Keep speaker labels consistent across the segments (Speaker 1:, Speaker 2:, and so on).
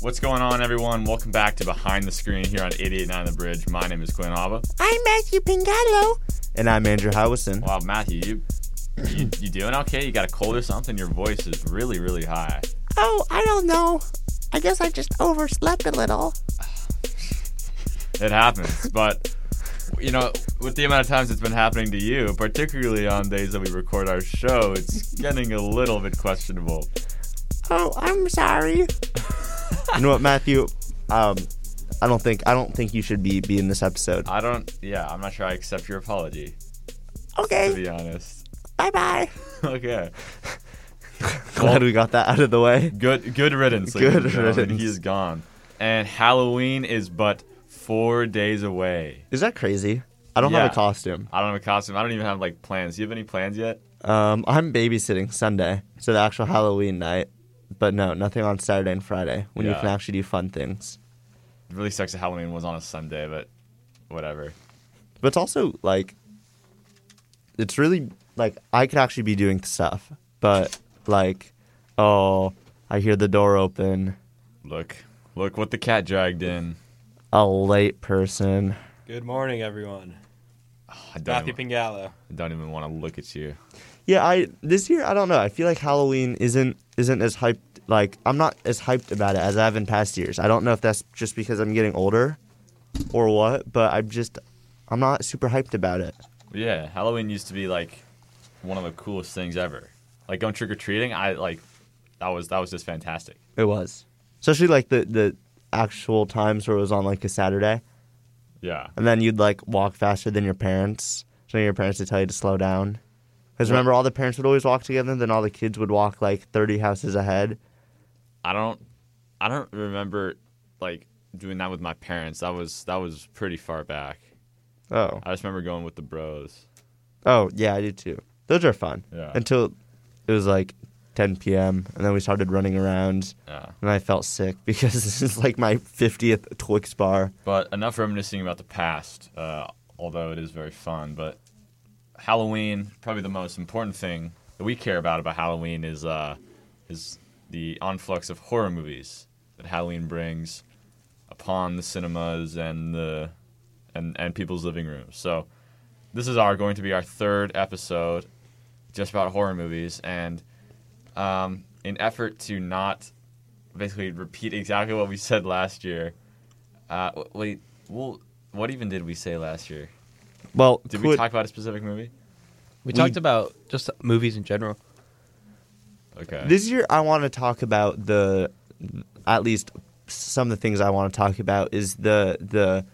Speaker 1: What's going on, everyone? Welcome back to Behind the Screen here on 889 The Bridge. My name is Glenn Ava.
Speaker 2: I'm Matthew Pingallo. And I'm Andrew Howison.
Speaker 1: Wow, Matthew, you, you you doing okay? You got a cold or something? Your voice is really, really high.
Speaker 2: Oh, I don't know. I guess I just overslept a little.
Speaker 1: It happens, but you know, with the amount of times it's been happening to you, particularly on days that we record our show, it's getting a little bit questionable.
Speaker 2: Oh, I'm sorry. you know what, Matthew? Um, I don't think I don't think you should be, be in this episode.
Speaker 1: I don't. Yeah, I'm not sure I accept your apology. To
Speaker 2: Okay.
Speaker 1: be honest.
Speaker 2: Bye bye.
Speaker 1: okay.
Speaker 2: Glad we got that out of the way.
Speaker 1: Good good riddance.
Speaker 2: Good
Speaker 1: ladies and gentlemen.
Speaker 2: riddance.
Speaker 1: He is gone. And Halloween is but four days away.
Speaker 2: Is that crazy? I don't have
Speaker 1: Yeah.
Speaker 2: a costume.
Speaker 1: I don't have a costume. I don't even have like plans. Do you have any plans yet?
Speaker 2: Um, I'm babysitting Sunday, so the actual Halloween night. But no, nothing on Saturday and Friday when you
Speaker 1: Yeah.
Speaker 2: can actually do fun things.
Speaker 1: It really sucks that Halloween was on a Sunday, but whatever.
Speaker 2: But it's also like, it's really like I could actually be doing stuff, but like, oh, I hear the door open,
Speaker 1: Look. Look what the cat dragged in.
Speaker 2: a late person.
Speaker 3: Good morning, everyone.
Speaker 1: I don't,
Speaker 3: Matthew
Speaker 1: even,
Speaker 3: Pingallo.
Speaker 1: I don't even want to look at you.
Speaker 2: Yeah, I this year I don't know. I feel like Halloween isn't isn't as hyped. Like I'm not as hyped about it as I have in past years. I don't know if that's just because I'm getting older, or what. But I'm just I'm not super hyped about it.
Speaker 1: Yeah, Halloween used to be like one of the coolest things ever. Like going trick or treating, I like that was that was just fantastic.
Speaker 2: It was especially like the the actual times where it was on like a Saturday.
Speaker 1: Yeah.
Speaker 2: and then you'd like walk faster than your parents. So your parents would tell you to slow down. Because
Speaker 1: Right.
Speaker 2: remember, all the parents would always walk together, then all the kids would walk like 30 houses ahead.
Speaker 1: I don't I don't remember like doing that with my parents. That was that was pretty far back.
Speaker 2: Oh,
Speaker 1: I just remember going with the bros.
Speaker 2: oh yeah, I do too. Those are fun.
Speaker 1: Yeah.
Speaker 2: Until it was like 10 p.m. and then we started running around,
Speaker 1: Yeah.
Speaker 2: and I felt sick because this is like my 50th Twix bar.
Speaker 1: But enough reminiscing about the past, uh, although it is very fun. But Halloween, probably the most important thing that we care about about Halloween is uh, is the influx of horror movies that Halloween brings upon the cinemas and the and and people's living rooms. So this is our going to be our third episode just about horror movies and um, in effort to not basically repeat exactly what we said last year. Uh, w- wait, well, what even did we say last year?
Speaker 2: Well,
Speaker 1: Did we
Speaker 2: could-
Speaker 1: talk about a specific movie?
Speaker 3: We,
Speaker 2: We-
Speaker 3: talked about just movies in general.
Speaker 1: Okay.
Speaker 2: This year, I want to talk about the, at least some of the things I want to talk about is the the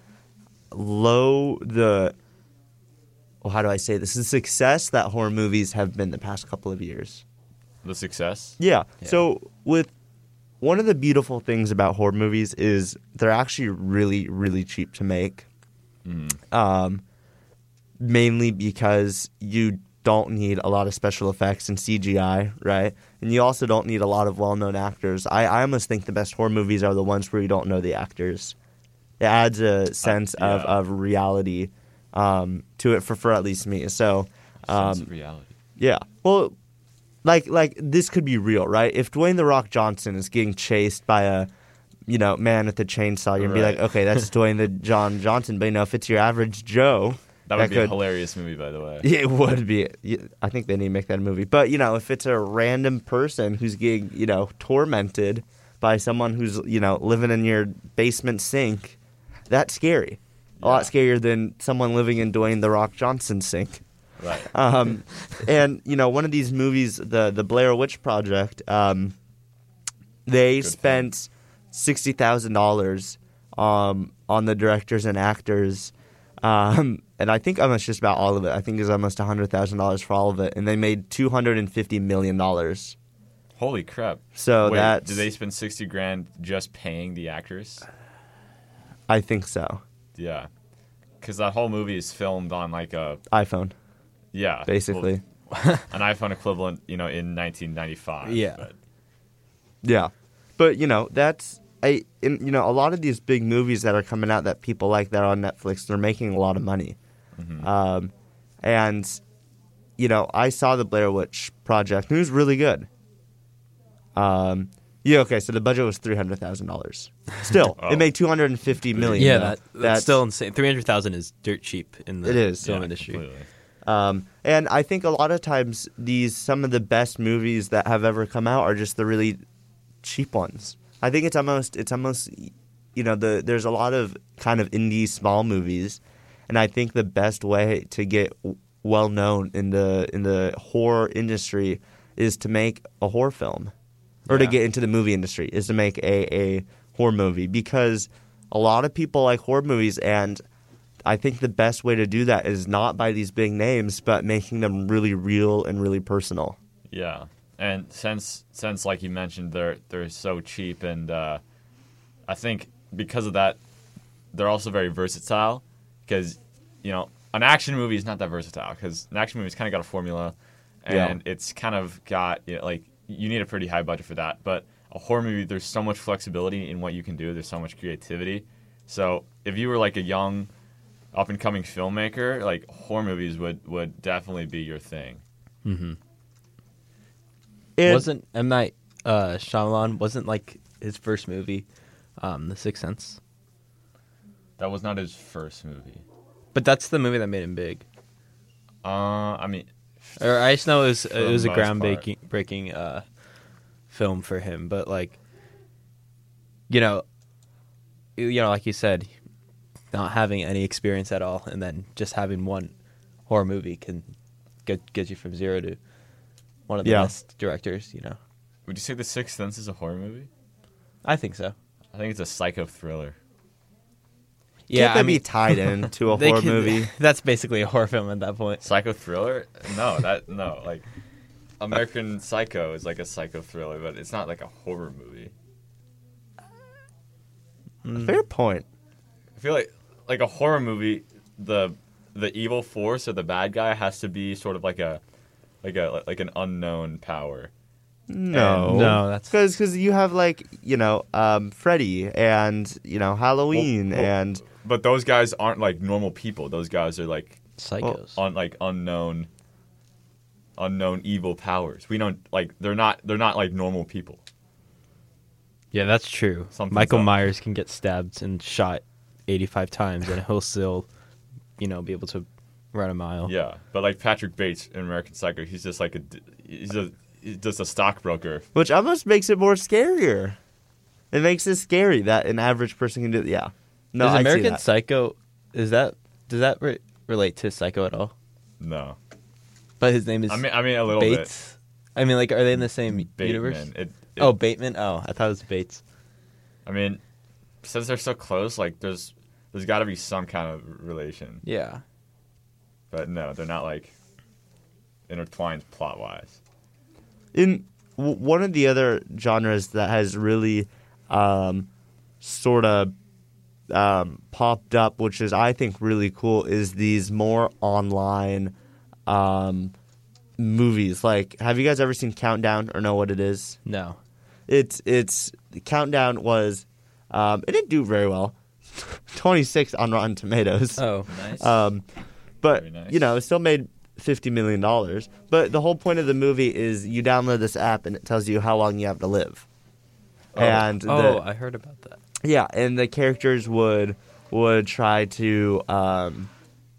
Speaker 2: low the. Well, how do I say this? The success that horror movies have been the past couple of years.
Speaker 1: the success.
Speaker 2: Yeah. So with one of the beautiful things about horror movies is they're actually really really cheap to make. Um, mainly because you don't need a lot of special effects and CGI, right? And you also don't need a lot of well-known actors. I, I almost think the best horror movies are the ones where you don't know the actors. It adds a sense of,
Speaker 1: yeah.
Speaker 2: of reality um, to it for, for at least me. So um,
Speaker 1: Sense of reality.
Speaker 2: yeah. Well, like like this could be real, right? If Dwayne the Rock Johnson is getting chased by a you know man with a chainsaw, you're gonna
Speaker 1: Right.
Speaker 2: be like, okay, that's Dwayne the John Johnson. But you know, if it's your average Joe,
Speaker 1: That would be a
Speaker 2: could-
Speaker 1: hilarious movie, by the way.
Speaker 2: It would be. Yeah, I think they need to make that a movie. But you know, if it's a random person who's getting you know tormented by someone who's you know living in your basement sink, that's scary. A lot scarier than someone living in Dwayne the Rock Johnson's sink.
Speaker 1: Right.
Speaker 2: Um, and you know, one of these movies, the the Blair Witch Project, um, they
Speaker 1: film.
Speaker 2: spent sixty thousand dollars um on the directors and actors, um, and I think almost just about all of it. I think it was almost hundred thousand dollars for all of it, and they made two hundred and fifty million dollars.
Speaker 1: Holy crap.
Speaker 2: So
Speaker 1: Wait,
Speaker 2: that's
Speaker 1: Did they spend 60 grand just paying the actress?
Speaker 2: I think so.
Speaker 1: Yeah. Because that whole movie is filmed on like a.
Speaker 2: iPhone
Speaker 1: Yeah. well,
Speaker 2: basically.
Speaker 1: an iPhone equivalent, you know, in 1995.
Speaker 3: Yeah.
Speaker 1: but-
Speaker 2: Yeah, but you know that's I in, you know a lot of these big movies that are coming out that people like that are on Netflix they're making a lot of money, um, and you know I saw the Blair Witch Project and it was really good. Um, Yeah, okay. So the budget was three hundred thousand dollars. Still,
Speaker 1: Oh.
Speaker 2: it made two hundred and fifty million.
Speaker 4: Yeah,
Speaker 2: though.
Speaker 4: that, that's, still insane. Three hundred thousand is dirt cheap in the
Speaker 2: It is.
Speaker 4: film
Speaker 1: Yeah,
Speaker 4: industry.
Speaker 1: completely.
Speaker 2: Um, and I think a lot of times these some of the best movies that have ever come out are just the really cheap ones. I think it's almost it's almost you know the there's a lot of kind of indie small movies, and I think the best way to get well known in the in the horror industry is to make a horror film, or to
Speaker 1: Yeah.
Speaker 2: get into the movie industry is to make a a horror movie because a lot of people like horror movies and. I think the best way to do that is not by these big names, but making them really real and really personal.
Speaker 1: Yeah, and since since like you mentioned, they're they're so cheap, and uh, I think because of that, they're also very versatile. Because you know, an action movie is not that versatile because an action movie's kind of got a formula,
Speaker 2: Yeah.
Speaker 1: and it's kind of got you know, like you need a pretty high budget for that. But a horror movie, there's so much flexibility in what you can do. There's so much creativity. So if you were like a young up and coming filmmaker, like horror movies would, would definitely be your thing.
Speaker 2: And-
Speaker 4: wasn't M Night uh, Shyamalan wasn't like his first movie, um, The Sixth Sense,
Speaker 1: That was not his first movie.
Speaker 4: but that's the movie that made him big.
Speaker 1: Uh, I mean,
Speaker 4: Or I just know it was it
Speaker 1: the
Speaker 4: was a
Speaker 1: most part.
Speaker 4: groundbreaking breaking uh, film for him, but like, you know, you you know, like you said, not having any experience at all, and then just having one horror movie can get get you from zero to one of the
Speaker 2: Yeah.
Speaker 4: best directors. You know,
Speaker 1: would you say The Sixth Sense is a horror movie?
Speaker 4: I think so.
Speaker 1: I think it's a psycho thriller.
Speaker 2: can't that
Speaker 4: I mean,
Speaker 2: be tied into a
Speaker 4: they
Speaker 2: horror
Speaker 4: can-
Speaker 2: movie?
Speaker 4: That's basically a horror film at that point.
Speaker 1: Psycho thriller? No, that no. Like American Psycho is like a psycho thriller, but it's not like a horror movie.
Speaker 4: Mm.
Speaker 2: Fair point.
Speaker 1: I feel like like a horror movie, the the evil force or the bad guy has to be sort of like a like a like an unknown power.
Speaker 2: No,
Speaker 4: No, that's-
Speaker 2: because you have like you know um, Freddy and you know Halloween
Speaker 1: Well- well-
Speaker 2: and
Speaker 1: But those guys aren't like normal people. Those guys are like
Speaker 4: Psychos.
Speaker 1: on like unknown unknown evil powers. We don't like they're not they're not like normal people.
Speaker 4: yeah, that's true.
Speaker 1: Something's
Speaker 4: Michael
Speaker 1: up.
Speaker 4: Myers can get stabbed and shot 85 times, and he'll still, you know, be able to run a mile.
Speaker 1: Yeah, but like Patrick Bates in American Psycho, he's just like a d- he's a he's just a stockbroker.
Speaker 2: which almost makes it more scarier. It makes it scary that an average person can do. Yeah, no,
Speaker 4: is
Speaker 2: I
Speaker 4: American
Speaker 2: see that.
Speaker 4: Psycho? Is that does that re- relate to Psycho at all?
Speaker 1: No,
Speaker 4: But his name is
Speaker 1: I mean I mean a little
Speaker 4: Bates. I mean, like, are they in the same
Speaker 1: bit.
Speaker 4: universe?
Speaker 1: Bateman. It, it-
Speaker 4: oh, Bateman. Oh, I thought it was Bates.
Speaker 1: I mean, since they're so close, like there's there's got to be some kind of relation.
Speaker 4: Yeah.
Speaker 1: But no, they're not like intertwined plot wise.
Speaker 2: in w- one of the other genres that has really um, sort of um, popped up, which is I think really cool, is these more online um, movies. Like, have you guys ever seen Countdown or know what it is?
Speaker 4: No.
Speaker 2: It's it's Countdown was um, it didn't do very well, twenty six on Rotten Tomatoes.
Speaker 4: Oh, nice.
Speaker 2: Um, but
Speaker 1: Very nice.
Speaker 2: you know, it still made fifty million dollars. But the whole point of the movie is you download this app and it tells you how long you have to live. And
Speaker 4: oh,
Speaker 2: the,
Speaker 4: I heard about that.
Speaker 2: yeah, and the characters would would try to um,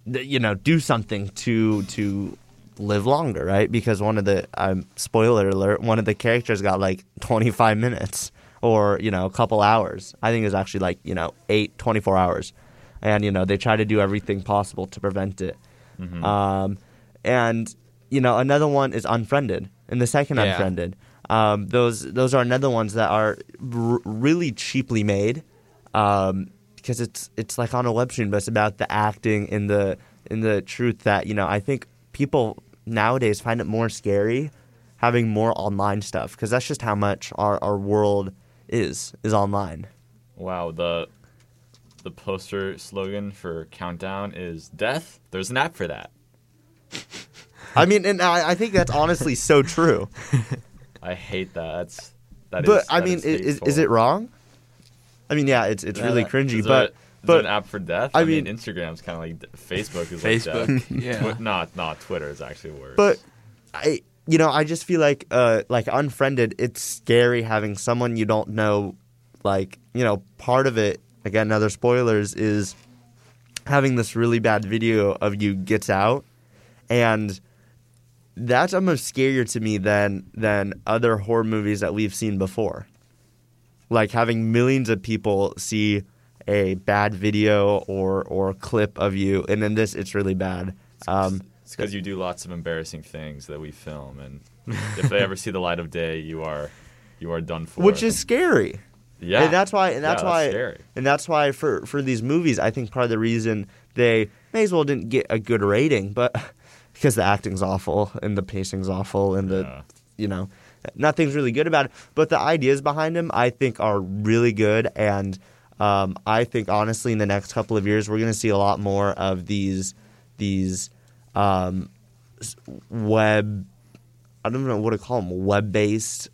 Speaker 2: th- you know do something to to live longer, right? Because one of the um, spoiler alert, one of the characters got like 25 minutes or you know a couple hours. I think it was actually like you know eight 24 hours, and you know they try to do everything possible to prevent it. Um, and you know another one is unfriended, and the second
Speaker 4: Yeah.
Speaker 2: unfriended. Um, those those are another ones that are r- really cheaply made, um, because it's it's like on a web stream, but it's about the acting and the and the truth that you know I think people nowadays find it more scary having more online stuff because that's just how much our, our world is is online.
Speaker 1: Wow, the the poster slogan for Countdown is death. There's an app for that.
Speaker 2: I mean, and I, I think that's honestly so true.
Speaker 1: I hate that. That's that is
Speaker 2: but I
Speaker 1: that
Speaker 2: mean,
Speaker 1: is,
Speaker 2: i- is, is it
Speaker 1: hateful.
Speaker 2: wrong? I mean, yeah, it's it's really
Speaker 4: Yeah,
Speaker 2: cringy,
Speaker 1: Is there-
Speaker 2: but
Speaker 1: is there
Speaker 2: but
Speaker 1: an app for death.
Speaker 2: I
Speaker 1: I, mean,
Speaker 2: mean-
Speaker 1: Instagram's kind of like d- Facebook is
Speaker 4: Facebook,
Speaker 1: like death.
Speaker 4: yeah.
Speaker 1: Twi- not not Twitter is actually worse.
Speaker 2: but I you know, I just feel like uh like unfriended, it's scary having someone you don't know like, you know, part of it again another spoilers is having this really bad video of you gets out and that's almost scarier to me than than other horror movies that we've seen before. Like having millions of people see a bad video or or clip of you, and in this, it's really bad. Um,
Speaker 1: It's because you do lots of embarrassing things that we film, and if they ever see the light of day, you are you are done for.
Speaker 2: which is scary.
Speaker 1: yeah,
Speaker 2: And that's why and
Speaker 1: Yeah,
Speaker 2: that's why
Speaker 1: scary.
Speaker 2: and that's why for for these movies, I think part of the reason they may as well didn't get a good rating, but because the acting's awful and the pacing's awful and the
Speaker 1: Yeah.
Speaker 2: you know nothing's really good about it. But the ideas behind them, I think, are really good, and um, I think honestly, in the next couple of years, we're going to see a lot more of these these um, s- web. I don't know what to call them. Web based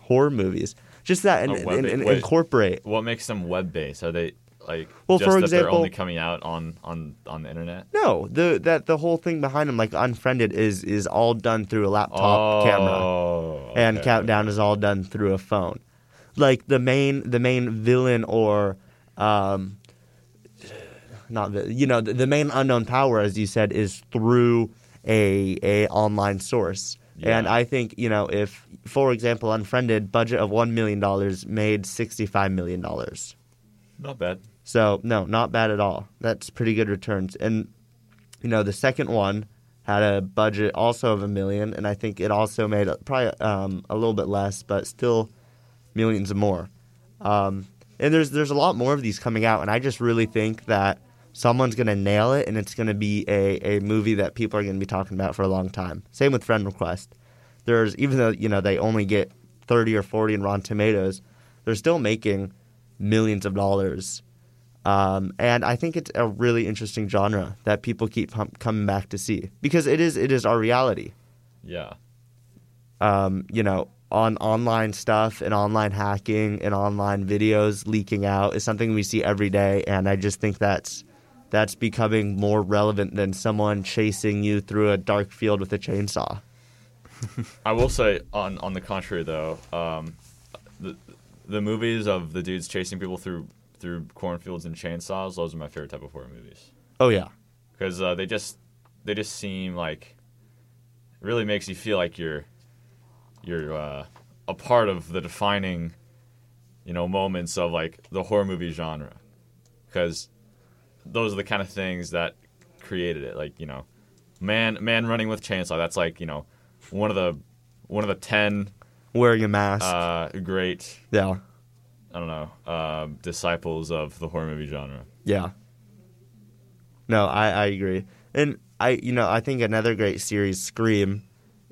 Speaker 2: horror movies. Just that and,
Speaker 1: Oh,
Speaker 2: and-
Speaker 1: web-based.
Speaker 2: and
Speaker 1: Wait.
Speaker 2: incorporate.
Speaker 1: What makes them web based? Are they like
Speaker 2: Well,
Speaker 1: just
Speaker 2: for
Speaker 1: that they're
Speaker 2: example-
Speaker 1: only coming out on on on the internet?
Speaker 2: No, the that the whole thing behind them, like unfriended, is is all done through a laptop camera,
Speaker 1: Oh,
Speaker 2: and
Speaker 1: okay.
Speaker 2: countdown is all done through a phone. Like the main the main villain or, um, not the you know the, the main unknown power, as you said, is through a a online source. And
Speaker 1: Yeah.
Speaker 2: I think you know if, for example, unfriended budget of one million dollars made sixty five million dollars.
Speaker 1: Not bad.
Speaker 2: So no, not bad at all. That's pretty good returns. And you know, the second one had a budget also of a million, and I think it also made a- probably um, a little bit less, but still millions more. Um, and there's there's a lot more of these coming out, and I just really think that someone's gonna nail it, and it's gonna be a, a movie that people are gonna be talking about for a long time. Same with Friend Request. There's even though you know they only get thirty or forty in Rotten Tomatoes, they're still making millions of dollars um, and I think it's a really interesting genre that people keep hum- coming back to see because it is it is our reality.
Speaker 1: Yeah.
Speaker 2: Um, you know, on online stuff and online hacking and online videos leaking out is something we see every day, and I just think that's that's becoming more relevant than someone chasing you through a dark field with a chainsaw.
Speaker 1: I will say, on on the contrary, though, um, the the movies of the dudes chasing people through through cornfields and chainsaws, those are my favorite type of horror movies
Speaker 2: Oh yeah,
Speaker 1: because uh, they just they just seem like it really makes you feel like you're you're uh, a part of the defining you know moments of like the horror movie genre because those are the kind of things that created it like you know man man running with chainsaw that's like you know one of the one of the 10
Speaker 2: wearing a mask.
Speaker 1: uh, great
Speaker 2: yeah,
Speaker 1: i don't know uh, disciples of the horror movie genre
Speaker 2: Yeah. No, I, I agree. And I you know, I think another great series, Scream,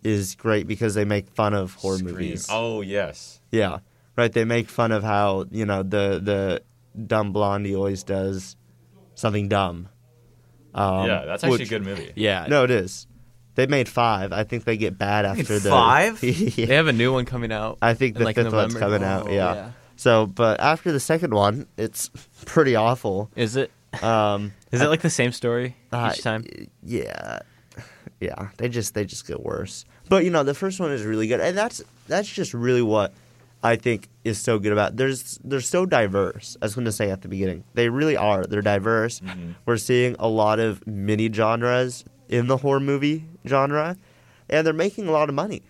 Speaker 2: is great because they make fun of horror
Speaker 1: Scream.
Speaker 2: movies.
Speaker 1: oh yes
Speaker 2: Yeah. Right. They make fun of how, you know, the the dumb blondie always does something dumb. Um,
Speaker 1: yeah that's actually
Speaker 2: which-
Speaker 1: a good movie
Speaker 4: Yeah.
Speaker 2: No, it is. They made five. I think they get bad after the
Speaker 4: five?
Speaker 2: Yeah.
Speaker 4: They have a new one coming out.
Speaker 2: I think
Speaker 4: in,
Speaker 2: the
Speaker 4: like,
Speaker 2: fifth one's
Speaker 4: November.
Speaker 2: coming out. Yeah. So, but after the second one, it's pretty awful.
Speaker 4: Is it?
Speaker 2: Um,
Speaker 4: Is it like the same story
Speaker 2: Uh,
Speaker 4: each time?
Speaker 2: y- Yeah, yeah. They just they just get worse. But you know, the first one is really good, and that's that's just really what I think is so good about. There's they're so diverse. I was going to say at the beginning, they really are. They're diverse. We're seeing a lot of mini genres in the horror movie genre, and they're making a lot of money,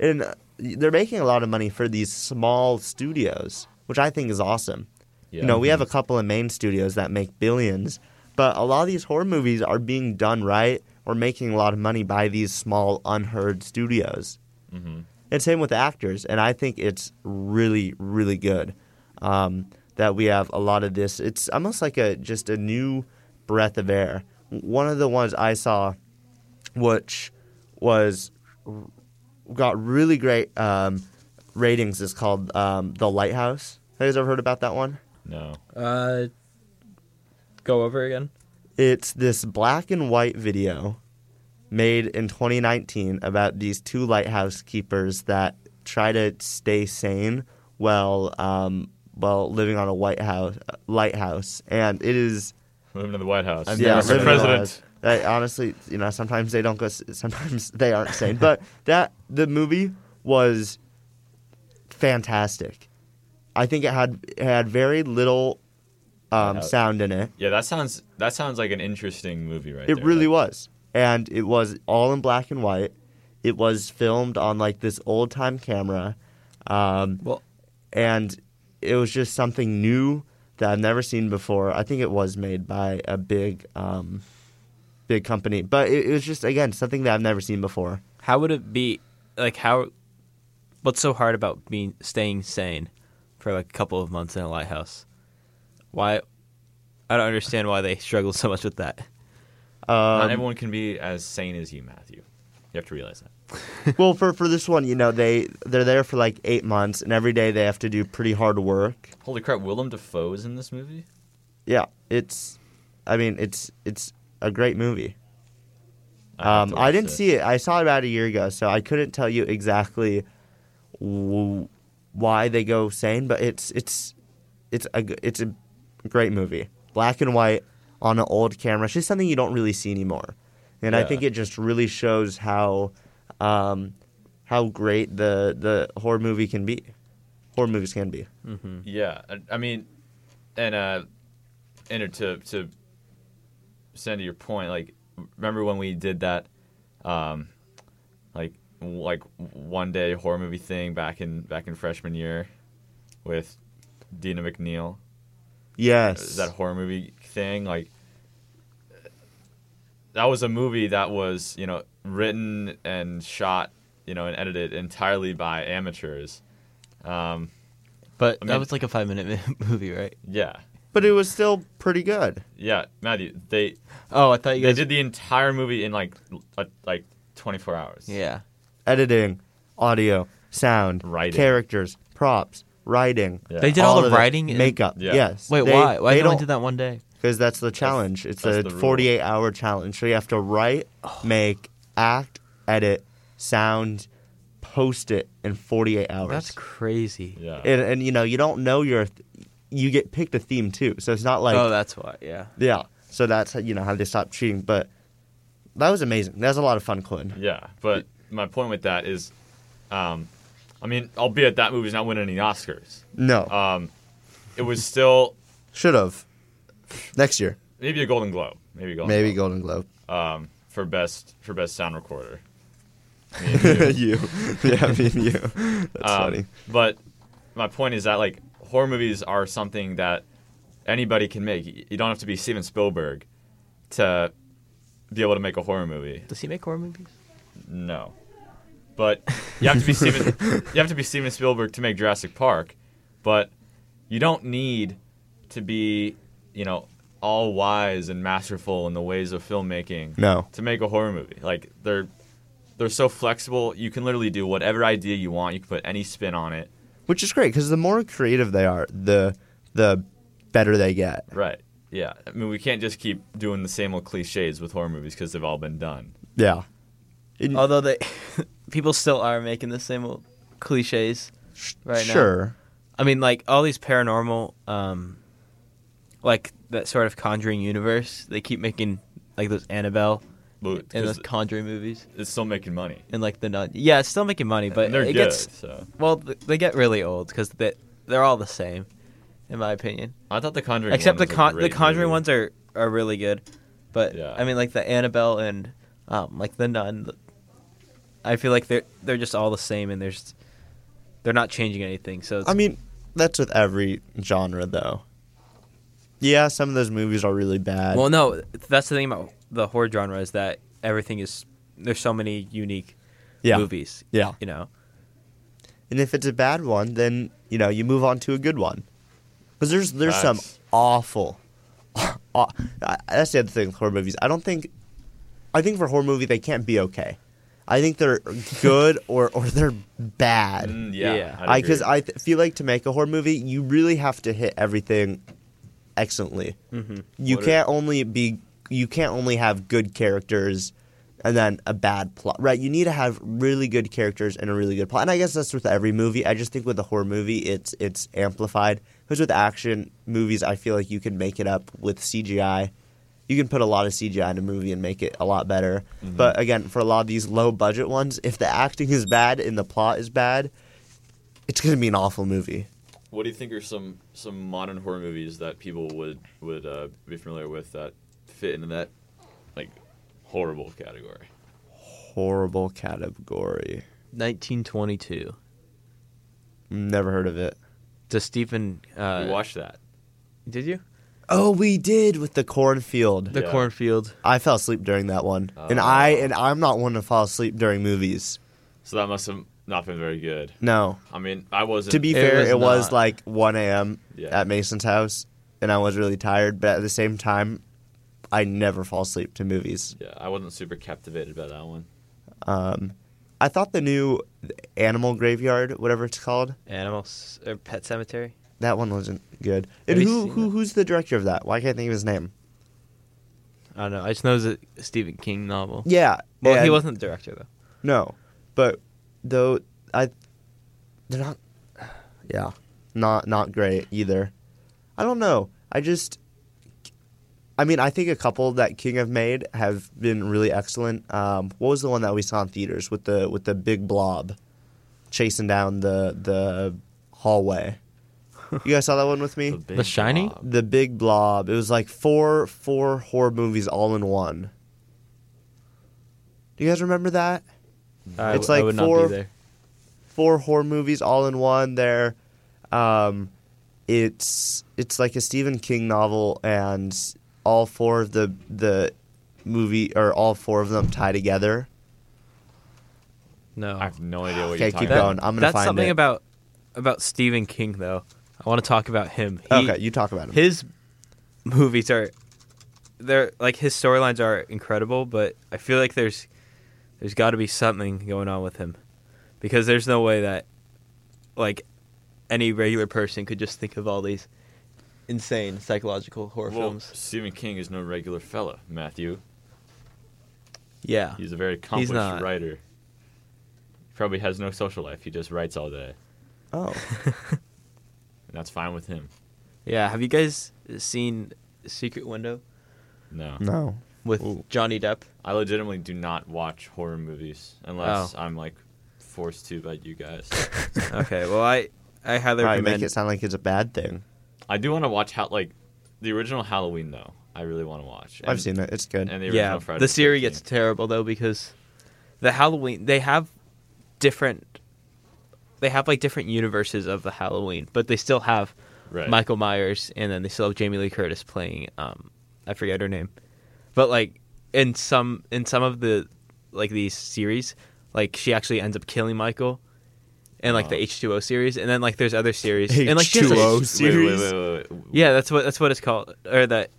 Speaker 2: and uh, they're making a lot of money for these small studios, which I think is awesome.
Speaker 1: yeah.
Speaker 2: You know, we have a couple of main studios that make billions, but a lot of these horror movies are being done right or making a lot of money by these small, unheard studios. And same with actors. And I think it's really, really good um, that we have a lot of this. It's almost like a just a new breath of air. One of the ones I saw, which was got really great um, ratings, is called um, The Lighthouse. Have you guys ever heard about that one?
Speaker 1: no
Speaker 4: Uh, go over again.
Speaker 2: It's this black and white video made in 2019 about these two lighthouse keepers that try to stay sane while um, while living on a white house lighthouse, and it is
Speaker 1: Moving to the White House.
Speaker 2: Yeah,
Speaker 1: Mr.
Speaker 2: living in the White
Speaker 1: President.
Speaker 2: House. I, honestly, you know, sometimes they don't go. s- Sometimes they aren't sane. But that the movie was fantastic. I think it had it had very little um,
Speaker 1: Yeah.
Speaker 2: sound in it.
Speaker 1: Yeah, that sounds that sounds like an interesting movie, right?
Speaker 2: It
Speaker 1: there.
Speaker 2: really
Speaker 1: Like,
Speaker 2: was, and it was all in black and white. It was filmed on like this old time camera, um,
Speaker 4: Well,
Speaker 2: and it was just something new that I've never seen before. I think it was made by a big, um, big company, but it, it was just again something that I've never seen before.
Speaker 4: how would it be? Like, how? What's so hard about being staying sane for like a couple of months in a lighthouse? Why? I don't understand why they struggle so much with that.
Speaker 1: Not
Speaker 2: Um,
Speaker 1: everyone can be as sane as you, Matthew. You have to realize that.
Speaker 2: well, for for this one, you know they they're there for like eight months, and every day they have to do pretty hard work.
Speaker 1: Holy crap, Willem Dafoe's in this movie?
Speaker 2: Yeah, it's, I mean, it's it's a great movie.
Speaker 1: have
Speaker 2: Um,
Speaker 1: to
Speaker 2: I
Speaker 1: watch
Speaker 2: didn't
Speaker 1: this.
Speaker 2: see it. I saw it about a year ago, so I couldn't tell you exactly w- why they go sane. But it's it's it's a g- it's a great movie, black and white on an old camera. It's just something you don't really see anymore, and I
Speaker 1: Yeah.
Speaker 2: think it just really shows how um, how great the the horror movie can be. Horror movies can be.
Speaker 1: Yeah, I, I mean, and uh, and to to send to your point, like remember when we did that, um, like like one day horror movie thing back in back in freshman year, with Dina McNeil.
Speaker 2: Yes,
Speaker 1: that horror movie thing like that was a movie that was you know written and shot you know and edited entirely by amateurs um,
Speaker 4: But
Speaker 1: I
Speaker 4: that
Speaker 1: mean-
Speaker 4: was like a five minute movie, right?
Speaker 1: yeah
Speaker 2: but it was still pretty good.
Speaker 1: yeah matthew they
Speaker 4: Oh, I thought you
Speaker 1: they
Speaker 4: guys
Speaker 1: did the entire movie in like l- a, like 24 hours
Speaker 4: Yeah.
Speaker 2: Editing, audio, sound,
Speaker 1: Writing.
Speaker 2: characters, props, writing.
Speaker 1: Yeah.
Speaker 4: They did all, the writing. and-
Speaker 2: makeup.
Speaker 1: Yeah.
Speaker 2: Yes.
Speaker 4: Wait,
Speaker 2: They-
Speaker 4: why? Why
Speaker 2: they
Speaker 4: did they only
Speaker 2: don't-
Speaker 4: do that one day?
Speaker 2: Because that's the challenge.
Speaker 1: that's
Speaker 2: it's
Speaker 1: the
Speaker 2: a
Speaker 1: rule. Oh.
Speaker 2: 48 hour challenge. So you have to write, make, act, edit, sound, post it in 48 hours.
Speaker 4: That's crazy.
Speaker 1: yeah
Speaker 2: and, and you know you don't know your, th- you get picked a theme too. So it's not like
Speaker 4: oh, that's why. Yeah.
Speaker 2: yeah. So that's how, you know how they stop cheating. But that was amazing. That was a lot of fun, Quinn.
Speaker 1: yeah but my point with that is um, i mean albeit that movie's not winning any oscars
Speaker 2: No,
Speaker 1: um, it was still
Speaker 2: should have. Next year,
Speaker 1: maybe a golden globe maybe a golden
Speaker 2: maybe
Speaker 1: globe.
Speaker 2: Golden Globe.
Speaker 1: um, for best for best sound recorder.
Speaker 2: you, yeah, me and you. That's
Speaker 1: Um,
Speaker 2: funny.
Speaker 1: But my point is that like horror movies are something that anybody can make. Y- You don't have to be Steven Spielberg to be able to make a horror movie.
Speaker 4: Does he make horror movies?
Speaker 1: No, but you have to be Steven. you have to be Steven Spielberg to make Jurassic Park, but you don't need to be you know all wise and masterful in the ways of filmmaking.
Speaker 2: No.
Speaker 1: to make a horror movie. Like they're they're so flexible. You can literally do whatever idea you want. You can put any spin on it.
Speaker 2: which is great because the more creative they are, the the better they get.
Speaker 1: Right. Yeah. I mean, we can't just keep doing the same old cliches with horror movies because they've all been done.
Speaker 2: Yeah, It-
Speaker 4: Although they, people still are making the same old cliches. right now.
Speaker 2: sure.
Speaker 4: I mean, like all these paranormal, um, like that sort of Conjuring universe. They keep making like those Annabelle
Speaker 1: But
Speaker 4: and those
Speaker 1: 'cause
Speaker 4: Conjuring movies
Speaker 1: it's still making money.
Speaker 4: and like the nun. Yeah, it's still making money, but
Speaker 1: and they're
Speaker 4: it
Speaker 1: good.
Speaker 4: gets
Speaker 1: so
Speaker 4: well. th- They get really old because they they're all the same, in my opinion.
Speaker 1: I thought the Conjuring.
Speaker 4: Except the
Speaker 1: one was a
Speaker 4: con- the
Speaker 1: great
Speaker 4: Conjuring
Speaker 1: movie.
Speaker 4: ones are are really good, but
Speaker 1: Yeah.
Speaker 4: I mean like the Annabelle and um, like the Nun. th- I feel like they're they're just all the same and there's they're not changing anything. So it's,
Speaker 2: I mean, that's with every genre though. Yeah, some of those movies are really bad.
Speaker 4: well, no, that's the thing about the horror genre is that everything is there's so many unique
Speaker 2: yeah.
Speaker 4: movies.
Speaker 2: Yeah.
Speaker 4: you know,
Speaker 2: And if it's a bad one, then you know you move on to a good one. Because there's there's some
Speaker 1: Facts.
Speaker 2: awful. aw- I- that's the other thing with horror movies. I don't think, I think for a horror movie they can't be okay. I think they're good or or they're bad.
Speaker 1: Mm, yeah.
Speaker 4: Yeah.
Speaker 1: I'd
Speaker 2: I because
Speaker 1: agree.
Speaker 2: I th- feel like to make a horror movie, you really have to hit everything excellently. You
Speaker 1: What are-
Speaker 2: can't only be you can't only have good characters and then a bad plot. Right? You need to have really good characters and a really good plot. And I guess that's with every movie. I just think with a horror movie, it's it's amplified. Because with action movies, I feel like you can make it up with CGI you can put a lot of CGI in a movie and make it a lot better. But again, for a lot of these low budget ones, if the acting is bad and the plot is bad, it's going to be an awful movie.
Speaker 1: What do you think are some some modern horror movies that people would would uh, be familiar with that fit into that like horrible category?
Speaker 2: Horrible category.
Speaker 4: 1922.
Speaker 2: Never heard of it.
Speaker 4: To Stephen. Uh,
Speaker 1: we watched that.
Speaker 4: Did you?
Speaker 2: Oh, we did with the cornfield.
Speaker 4: The
Speaker 1: Yeah.
Speaker 4: cornfield.
Speaker 2: I fell asleep during that one, and
Speaker 1: Oh.
Speaker 2: I and I'm not one to fall asleep during movies.
Speaker 1: So that must have not been very good.
Speaker 2: No.
Speaker 1: I mean, I wasn't.
Speaker 2: To be
Speaker 4: It
Speaker 2: fair,
Speaker 4: was
Speaker 2: it was
Speaker 4: not.
Speaker 2: like 1 a.m.
Speaker 1: Yeah.
Speaker 2: at Mason's house, and I was really tired. But at the same time, I never fall asleep to movies.
Speaker 1: yeah, I wasn't super captivated by that one.
Speaker 2: Um, I thought the new Animal Graveyard, whatever it's called,
Speaker 4: Animals or Pet Cemetery.
Speaker 2: that one wasn't good.
Speaker 4: Have
Speaker 2: And
Speaker 4: you
Speaker 2: who,
Speaker 4: seen
Speaker 2: who
Speaker 4: it?
Speaker 2: who's the director of that? Why can't I think of his name?
Speaker 4: I don't know. I just know it's a Stephen King novel.
Speaker 2: Yeah.
Speaker 4: Well, he
Speaker 2: and-
Speaker 4: wasn't the director though.
Speaker 2: No, but though I, they're not. Yeah, not not great either. I don't know. I just. I mean, I think a couple that King have made have been really excellent. Um, what was the one that we saw in theaters with the with the big blob, chasing down the the hallway? You guys saw that one with me?
Speaker 1: Big
Speaker 4: The Shining?
Speaker 1: Blob.
Speaker 2: the big blob. It was like four four horror movies all in one. Do you guys remember that?
Speaker 4: I-
Speaker 2: It's
Speaker 4: I
Speaker 2: like
Speaker 4: would
Speaker 2: four-
Speaker 4: not be there.
Speaker 2: four horror movies all in one. They're, um, it's it's like a Stephen King novel, and all four of the the movie or all four of them tie together.
Speaker 4: No.
Speaker 1: I have no idea what
Speaker 2: Okay,
Speaker 1: you're talking
Speaker 2: keep
Speaker 1: about.
Speaker 2: going. I'm gonna
Speaker 4: That's
Speaker 2: find
Speaker 4: something
Speaker 2: it.
Speaker 4: about about Stephen King though. I want to talk about him. He,
Speaker 2: okay, you talk about him.
Speaker 4: his movies are they're like his storylines are incredible, but I feel like there's there's got to be something going on with him because there's no way that like any regular person could just think of all these insane psychological horror
Speaker 1: Well,
Speaker 4: films.
Speaker 1: Stephen King is no regular fella, Matthew.
Speaker 4: Yeah.
Speaker 1: He's a very accomplished
Speaker 4: not.
Speaker 1: writer. He probably has no social life. He just writes all day,
Speaker 2: oh,
Speaker 1: and that's fine with him.
Speaker 4: Yeah, have you guys seen Secret Window
Speaker 1: No,
Speaker 2: no.
Speaker 4: with
Speaker 1: Ooh.
Speaker 4: Johnny Depp?
Speaker 1: I legitimately do not watch horror movies unless
Speaker 4: Oh.
Speaker 1: I'm like forced to by you guys.
Speaker 4: Okay, well I I highly
Speaker 2: All right,
Speaker 4: recommend
Speaker 2: make it sound like it's a bad thing.
Speaker 1: I do want to watch how like the original Halloween though. I really want to watch.
Speaker 2: I've seen it. It's good.
Speaker 1: And the original
Speaker 4: yeah,
Speaker 1: Friday
Speaker 4: the series
Speaker 1: 13th.
Speaker 4: gets terrible though because the Halloween they have different they have like different universes of the Halloween, but they still have
Speaker 1: Right.
Speaker 4: Michael Myers and then they still have Jamie Lee Curtis playing um I forget her name. But like in some in some of the like these series, like she actually ends up killing Michael and like the
Speaker 1: Wow.
Speaker 4: H2O series and then like there's other series and like she has, like,
Speaker 2: H2O
Speaker 1: Wait, wait,
Speaker 2: series.
Speaker 1: wait, wait, wait.
Speaker 4: yeah, that's what that's what it's called or that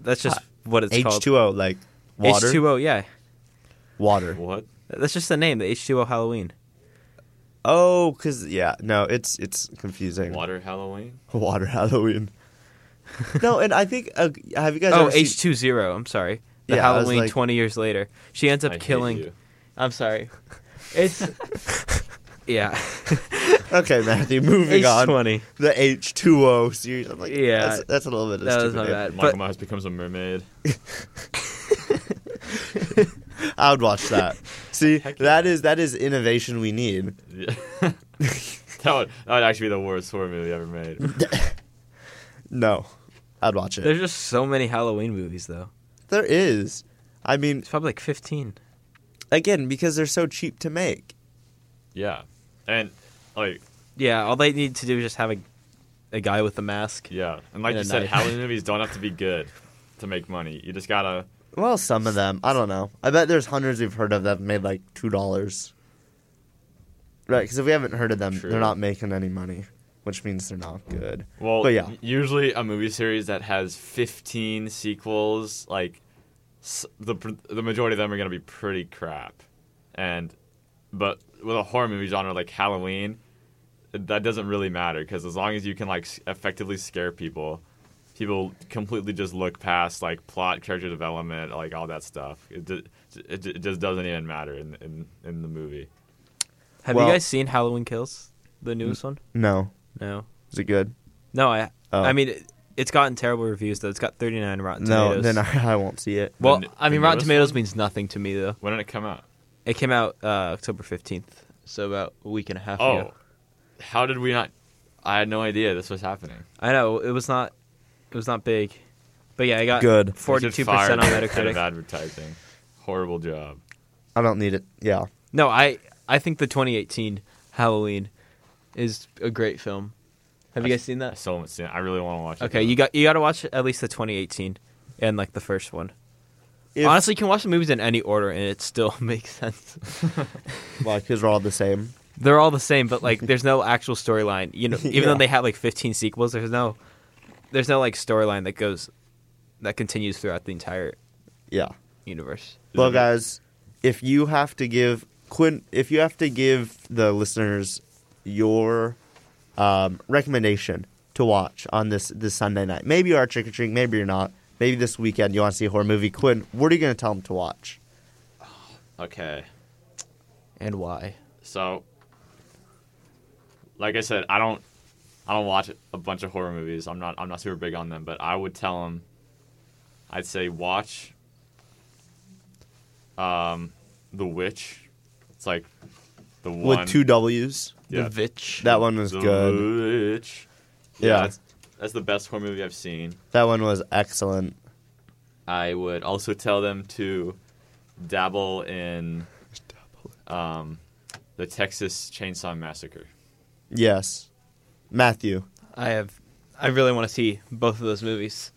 Speaker 4: that's just what it's
Speaker 2: H
Speaker 4: called.
Speaker 2: two O like water.
Speaker 4: H2O, yeah.
Speaker 2: Water.
Speaker 1: What?
Speaker 4: That's just the name, the H2O Halloween.
Speaker 2: Oh, cause yeah, no, it's it's confusing.
Speaker 1: Water Halloween?
Speaker 2: Water Halloween. no, and I think uh, have you guys?
Speaker 4: Oh,
Speaker 2: ever seen-
Speaker 4: H20, I'm sorry. The
Speaker 2: Yeah, I was
Speaker 4: Halloween
Speaker 2: like-
Speaker 4: 20 years later. She ends up
Speaker 1: I hate
Speaker 4: killing.
Speaker 1: you.
Speaker 4: I'm sorry. It's. yeah.
Speaker 2: Okay, Matthew, moving on.
Speaker 4: H20.
Speaker 2: the H two O series. I'm like,
Speaker 4: Yeah.
Speaker 2: that's, that's a little bit. Of
Speaker 4: That
Speaker 2: a
Speaker 4: was
Speaker 2: stupid
Speaker 4: my
Speaker 2: name.
Speaker 4: But-
Speaker 1: Michael Myers becomes a mermaid.
Speaker 2: I would watch that. See,
Speaker 1: Heck
Speaker 2: that
Speaker 1: yeah.
Speaker 2: is that is innovation we need.
Speaker 1: Yeah. that would that would actually be the worst horror movie ever made.
Speaker 2: No, I'd watch it.
Speaker 4: There's just so many Halloween movies, though.
Speaker 2: There is, I mean,
Speaker 4: It's probably like 15.
Speaker 2: again because they're so cheap to make.
Speaker 1: Yeah, and like
Speaker 4: Yeah, all they need to do is just have a, a guy with a mask.
Speaker 1: yeah, and like
Speaker 4: In
Speaker 1: you
Speaker 4: a
Speaker 1: said,
Speaker 4: night.
Speaker 1: Halloween movies don't have to be good to make money. You just gotta.
Speaker 2: Well, some of them, I don't know. I bet there's hundreds we've heard of that have made like two dollars. Right, because if we haven't heard of them,
Speaker 1: True.
Speaker 2: they're not making any money, which means they're not good.
Speaker 1: Well,
Speaker 2: But yeah.
Speaker 1: y- usually a movie series that has 15 sequels, like s- the pr- the majority of them are gonna be pretty crap, and but with a horror movie genre like Halloween, that doesn't really matter because as long as you can like s- effectively scare people, people completely just look past like plot, character development, like all that stuff. It ju- it, ju- it just doesn't even matter in in, in the movie.
Speaker 4: Have
Speaker 2: Well-
Speaker 4: you guys seen Halloween Kills? The newest one?
Speaker 2: No,
Speaker 4: No.
Speaker 2: is it good?
Speaker 4: No, I.
Speaker 2: Oh.
Speaker 4: I mean,
Speaker 5: it's gotten terrible reviews though. It's got 39 Rotten
Speaker 2: No,
Speaker 5: Tomatoes.
Speaker 2: then I, I won't see it.
Speaker 4: Well,
Speaker 1: The n-
Speaker 4: I
Speaker 1: the
Speaker 4: mean, Rotten
Speaker 1: newest
Speaker 4: Tomatoes means nothing to me though.
Speaker 1: When did it come out?
Speaker 5: it came out uh, October 15th.
Speaker 4: So about a week and a half
Speaker 1: Oh,
Speaker 4: ago.
Speaker 1: how did we not? I had no idea this was happening.
Speaker 5: I know it was not, it was not big, but yeah, I got
Speaker 2: Good.
Speaker 5: 42 percent on
Speaker 1: Head of
Speaker 5: Metacritic.
Speaker 1: advertising. Horrible job.
Speaker 2: I don't need it. Yeah.
Speaker 4: No, I I think the 2018 Halloween is a great film. Have you guys seen
Speaker 1: I
Speaker 4: that?
Speaker 1: still haven't seen. It. I really want to watch it.
Speaker 5: Okay,
Speaker 1: though.
Speaker 5: you got you got to watch at least the 2018 and like the first one.
Speaker 2: If,
Speaker 5: Honestly, you can watch the movies in any order and it still makes sense.
Speaker 2: like, because we're all the same.
Speaker 5: They're all the same, but like there's no actual storyline. You know, even
Speaker 2: Yeah.
Speaker 5: though they have like 15 sequels, there's no there's no like storyline that goes that continues throughout the entire
Speaker 2: Yeah.
Speaker 5: universe.
Speaker 2: Well, guys, if you have to give Quinn, if you have to give the listeners your um, recommendation to watch on this this Sunday night, maybe you are trick or treat, maybe you're not. Maybe this weekend you want to see a horror movie. Quinn, what are you going to tell them to watch?
Speaker 1: Okay.
Speaker 5: And why?
Speaker 1: So, like I said, I don't, I don't watch a bunch of horror movies. I'm not, I'm not super big on them. But I would tell them, I'd say watch, um, The Witch. It's like the one
Speaker 2: With two W's,
Speaker 1: yeah,
Speaker 5: The Vitch.
Speaker 2: that one was
Speaker 1: The
Speaker 2: good.
Speaker 1: Witch. Yeah,
Speaker 2: Yeah.
Speaker 1: That's, that's the best horror movie I've seen.
Speaker 2: That one was excellent.
Speaker 1: I would also tell them to dabble in um, the Texas Chainsaw Massacre.
Speaker 2: Yes, Matthew.
Speaker 4: I have. I really want to see both of those movies.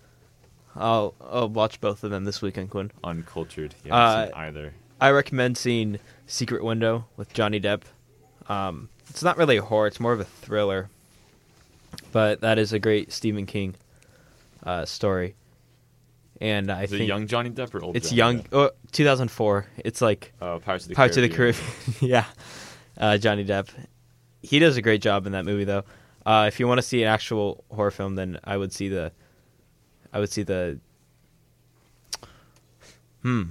Speaker 4: I'll I'll watch both of them this weekend, Quinn.
Speaker 1: Uncultured, you haven't
Speaker 4: Uh,
Speaker 1: seen either.
Speaker 4: I recommend seeing Secret Window with Johnny Depp. Um, it's not really a horror; it's more of a thriller. But that is a great Stephen King uh, story, and I
Speaker 1: Is it
Speaker 4: think
Speaker 1: young Johnny Depp or old?
Speaker 4: it's
Speaker 1: Johnny
Speaker 4: young.
Speaker 1: Depp?
Speaker 4: Oh, 2004. It's like
Speaker 1: Oh, Pirates of the
Speaker 4: Pirates
Speaker 1: Caribbean.
Speaker 4: of the Caribbean. yeah, uh, Johnny Depp. He does a great job in that movie, though. Uh, if you want to see an actual horror film, then I would see the, I would see the. Hmm.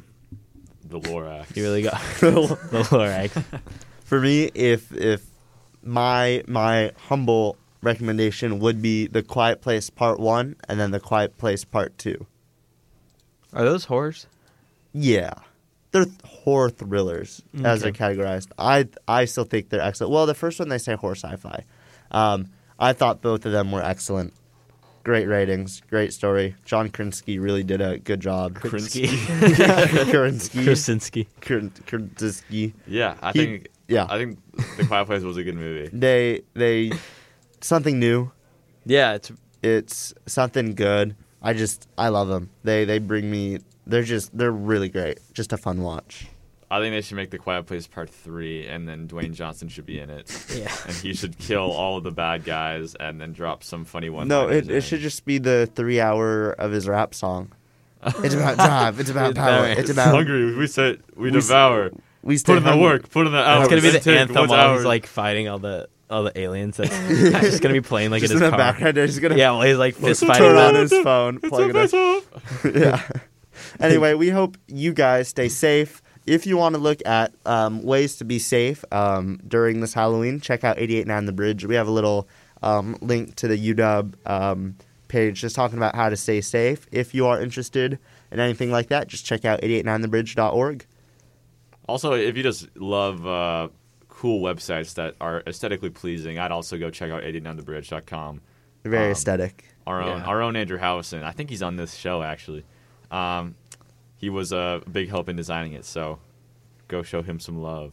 Speaker 1: The Lorax.
Speaker 4: You really got the Lorax.
Speaker 2: For me, if if my my humble recommendation would be The Quiet Place Part One and then The Quiet Place Part Two.
Speaker 4: Are those horrors?
Speaker 2: Yeah, they're th- horror thrillers as they're categorized. I I still think they're excellent. Well, the first one they say horror sci-fi. Um, I thought both of them were excellent. Great ratings, great story. John Krinsky really did a good job.
Speaker 1: Krinsky.
Speaker 2: Krinsky,
Speaker 4: Krasinski.
Speaker 2: Krin- Krinsky.
Speaker 1: Yeah, I
Speaker 2: He-
Speaker 1: think.
Speaker 2: yeah.
Speaker 1: I think The Quiet Place was a good movie.
Speaker 2: They they something new.
Speaker 4: Yeah, it's
Speaker 2: It's something good. I just I love them. They they bring me. They're just they're really great. Just a fun watch.
Speaker 1: I think they should make The Quiet Place Part Three, and then Dwayne Johnson should be in it,
Speaker 4: yeah.
Speaker 1: and he should kill all of the bad guys, and then drop some funny one.
Speaker 2: No, it, it should just be the three hour of his rap song. It's about drive. It's about power. It's about
Speaker 1: hungry. We said we,
Speaker 2: We s-
Speaker 1: devour.
Speaker 2: we stay
Speaker 1: Put in the
Speaker 2: hungry.
Speaker 1: work. Put in the hours.
Speaker 4: It's gonna be
Speaker 1: It
Speaker 4: the
Speaker 1: take
Speaker 4: anthem
Speaker 1: what's
Speaker 4: while
Speaker 1: ours.
Speaker 4: he's like fighting all the all the aliens. That's it's just gonna be playing like
Speaker 2: Just
Speaker 4: it
Speaker 2: in
Speaker 4: is
Speaker 2: the
Speaker 4: car.
Speaker 2: background, they're just gonna
Speaker 4: Yeah, while he's like fist fighting
Speaker 2: turn on
Speaker 4: them.
Speaker 2: his phone.
Speaker 1: It's
Speaker 2: plug
Speaker 1: a
Speaker 2: it in.
Speaker 1: mess up.
Speaker 2: yeah. Anyway, we hope you guys stay safe. If you want to look at um, ways to be safe um, during this Halloween, check out 889 The Bridge. We have a little um, link to the UW um, page just talking about how to stay safe. If you are interested in anything like that, just check out 889thebridge.org.
Speaker 1: Also, if you just love uh, cool websites that are aesthetically pleasing, I'd also go check out 889thebridge.com.
Speaker 2: They're very
Speaker 1: Um,
Speaker 2: aesthetic.
Speaker 1: Our own,
Speaker 4: Yeah.
Speaker 1: our own Andrew Howison. I think he's on this show actually. Um, he was a big help in designing it, so go show him some love.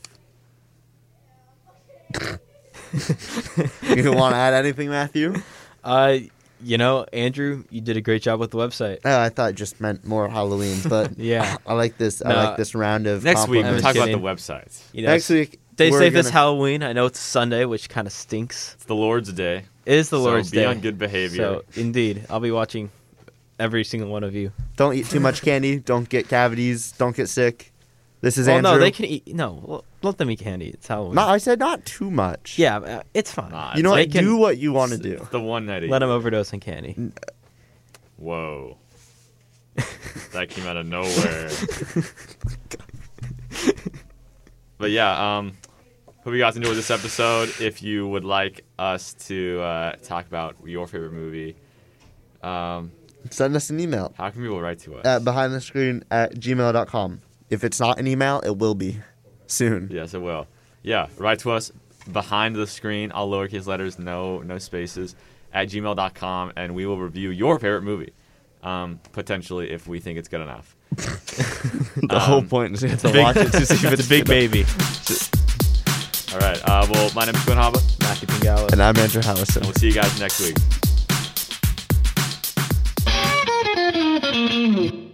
Speaker 2: you want to add anything, Matthew?
Speaker 4: Uh, you know, Andrew, you did a great job with the website.
Speaker 2: Oh, I thought it just meant more Halloween, but
Speaker 4: Yeah.
Speaker 2: I like this.
Speaker 4: No.
Speaker 2: I like this round of
Speaker 1: Next week, we'll
Speaker 2: compliments.
Speaker 1: talk
Speaker 4: was
Speaker 1: about the
Speaker 4: kidding.
Speaker 1: websites.
Speaker 4: You know,
Speaker 2: Next week,
Speaker 4: Stay
Speaker 2: we're
Speaker 4: safe this
Speaker 2: gonna-
Speaker 4: Halloween. I know it's Sunday, which kind of stinks.
Speaker 1: It's the Lord's Day.
Speaker 4: It is the Lord's
Speaker 1: so be
Speaker 4: Day.
Speaker 1: on good behavior.
Speaker 4: So indeed, I'll be watching every single one of you.
Speaker 2: Don't eat too much candy. Don't get cavities. Don't get sick. This is
Speaker 4: well,
Speaker 2: Andrew.
Speaker 4: no, they can eat. No, well, let them eat candy. It's Halloween.
Speaker 2: No, I said not too much.
Speaker 4: yeah, uh, it's fine.
Speaker 1: Nah,
Speaker 2: You know
Speaker 4: They
Speaker 2: what?
Speaker 4: can-
Speaker 2: Do what you want to do.
Speaker 1: It's the one night. a
Speaker 4: Let
Speaker 1: year.
Speaker 4: them overdose on candy.
Speaker 1: Whoa. that came out of nowhere. but yeah, um, hope you guys enjoyed this episode. If you would like us to uh, talk about your favorite movie, Um,
Speaker 2: Send us an email
Speaker 1: how can people write to us?
Speaker 2: at behind the screen at gmail.com. If it's not an email, it will be soon.
Speaker 1: Yes, it will. Yeah, write to us behind the screen, all lowercase letters, no no spaces, at gmail.com, and we will review your favorite movie, um, potentially if we think it's good enough.
Speaker 2: The whole point is Um, you have to
Speaker 4: big-
Speaker 2: watch it to see if it's big baby.
Speaker 1: All right. Uh, well, my name is Quinn Haba, and
Speaker 4: Matthew Pingala.
Speaker 2: And I'm Andrew Hallison.
Speaker 1: we'll see you guys next week.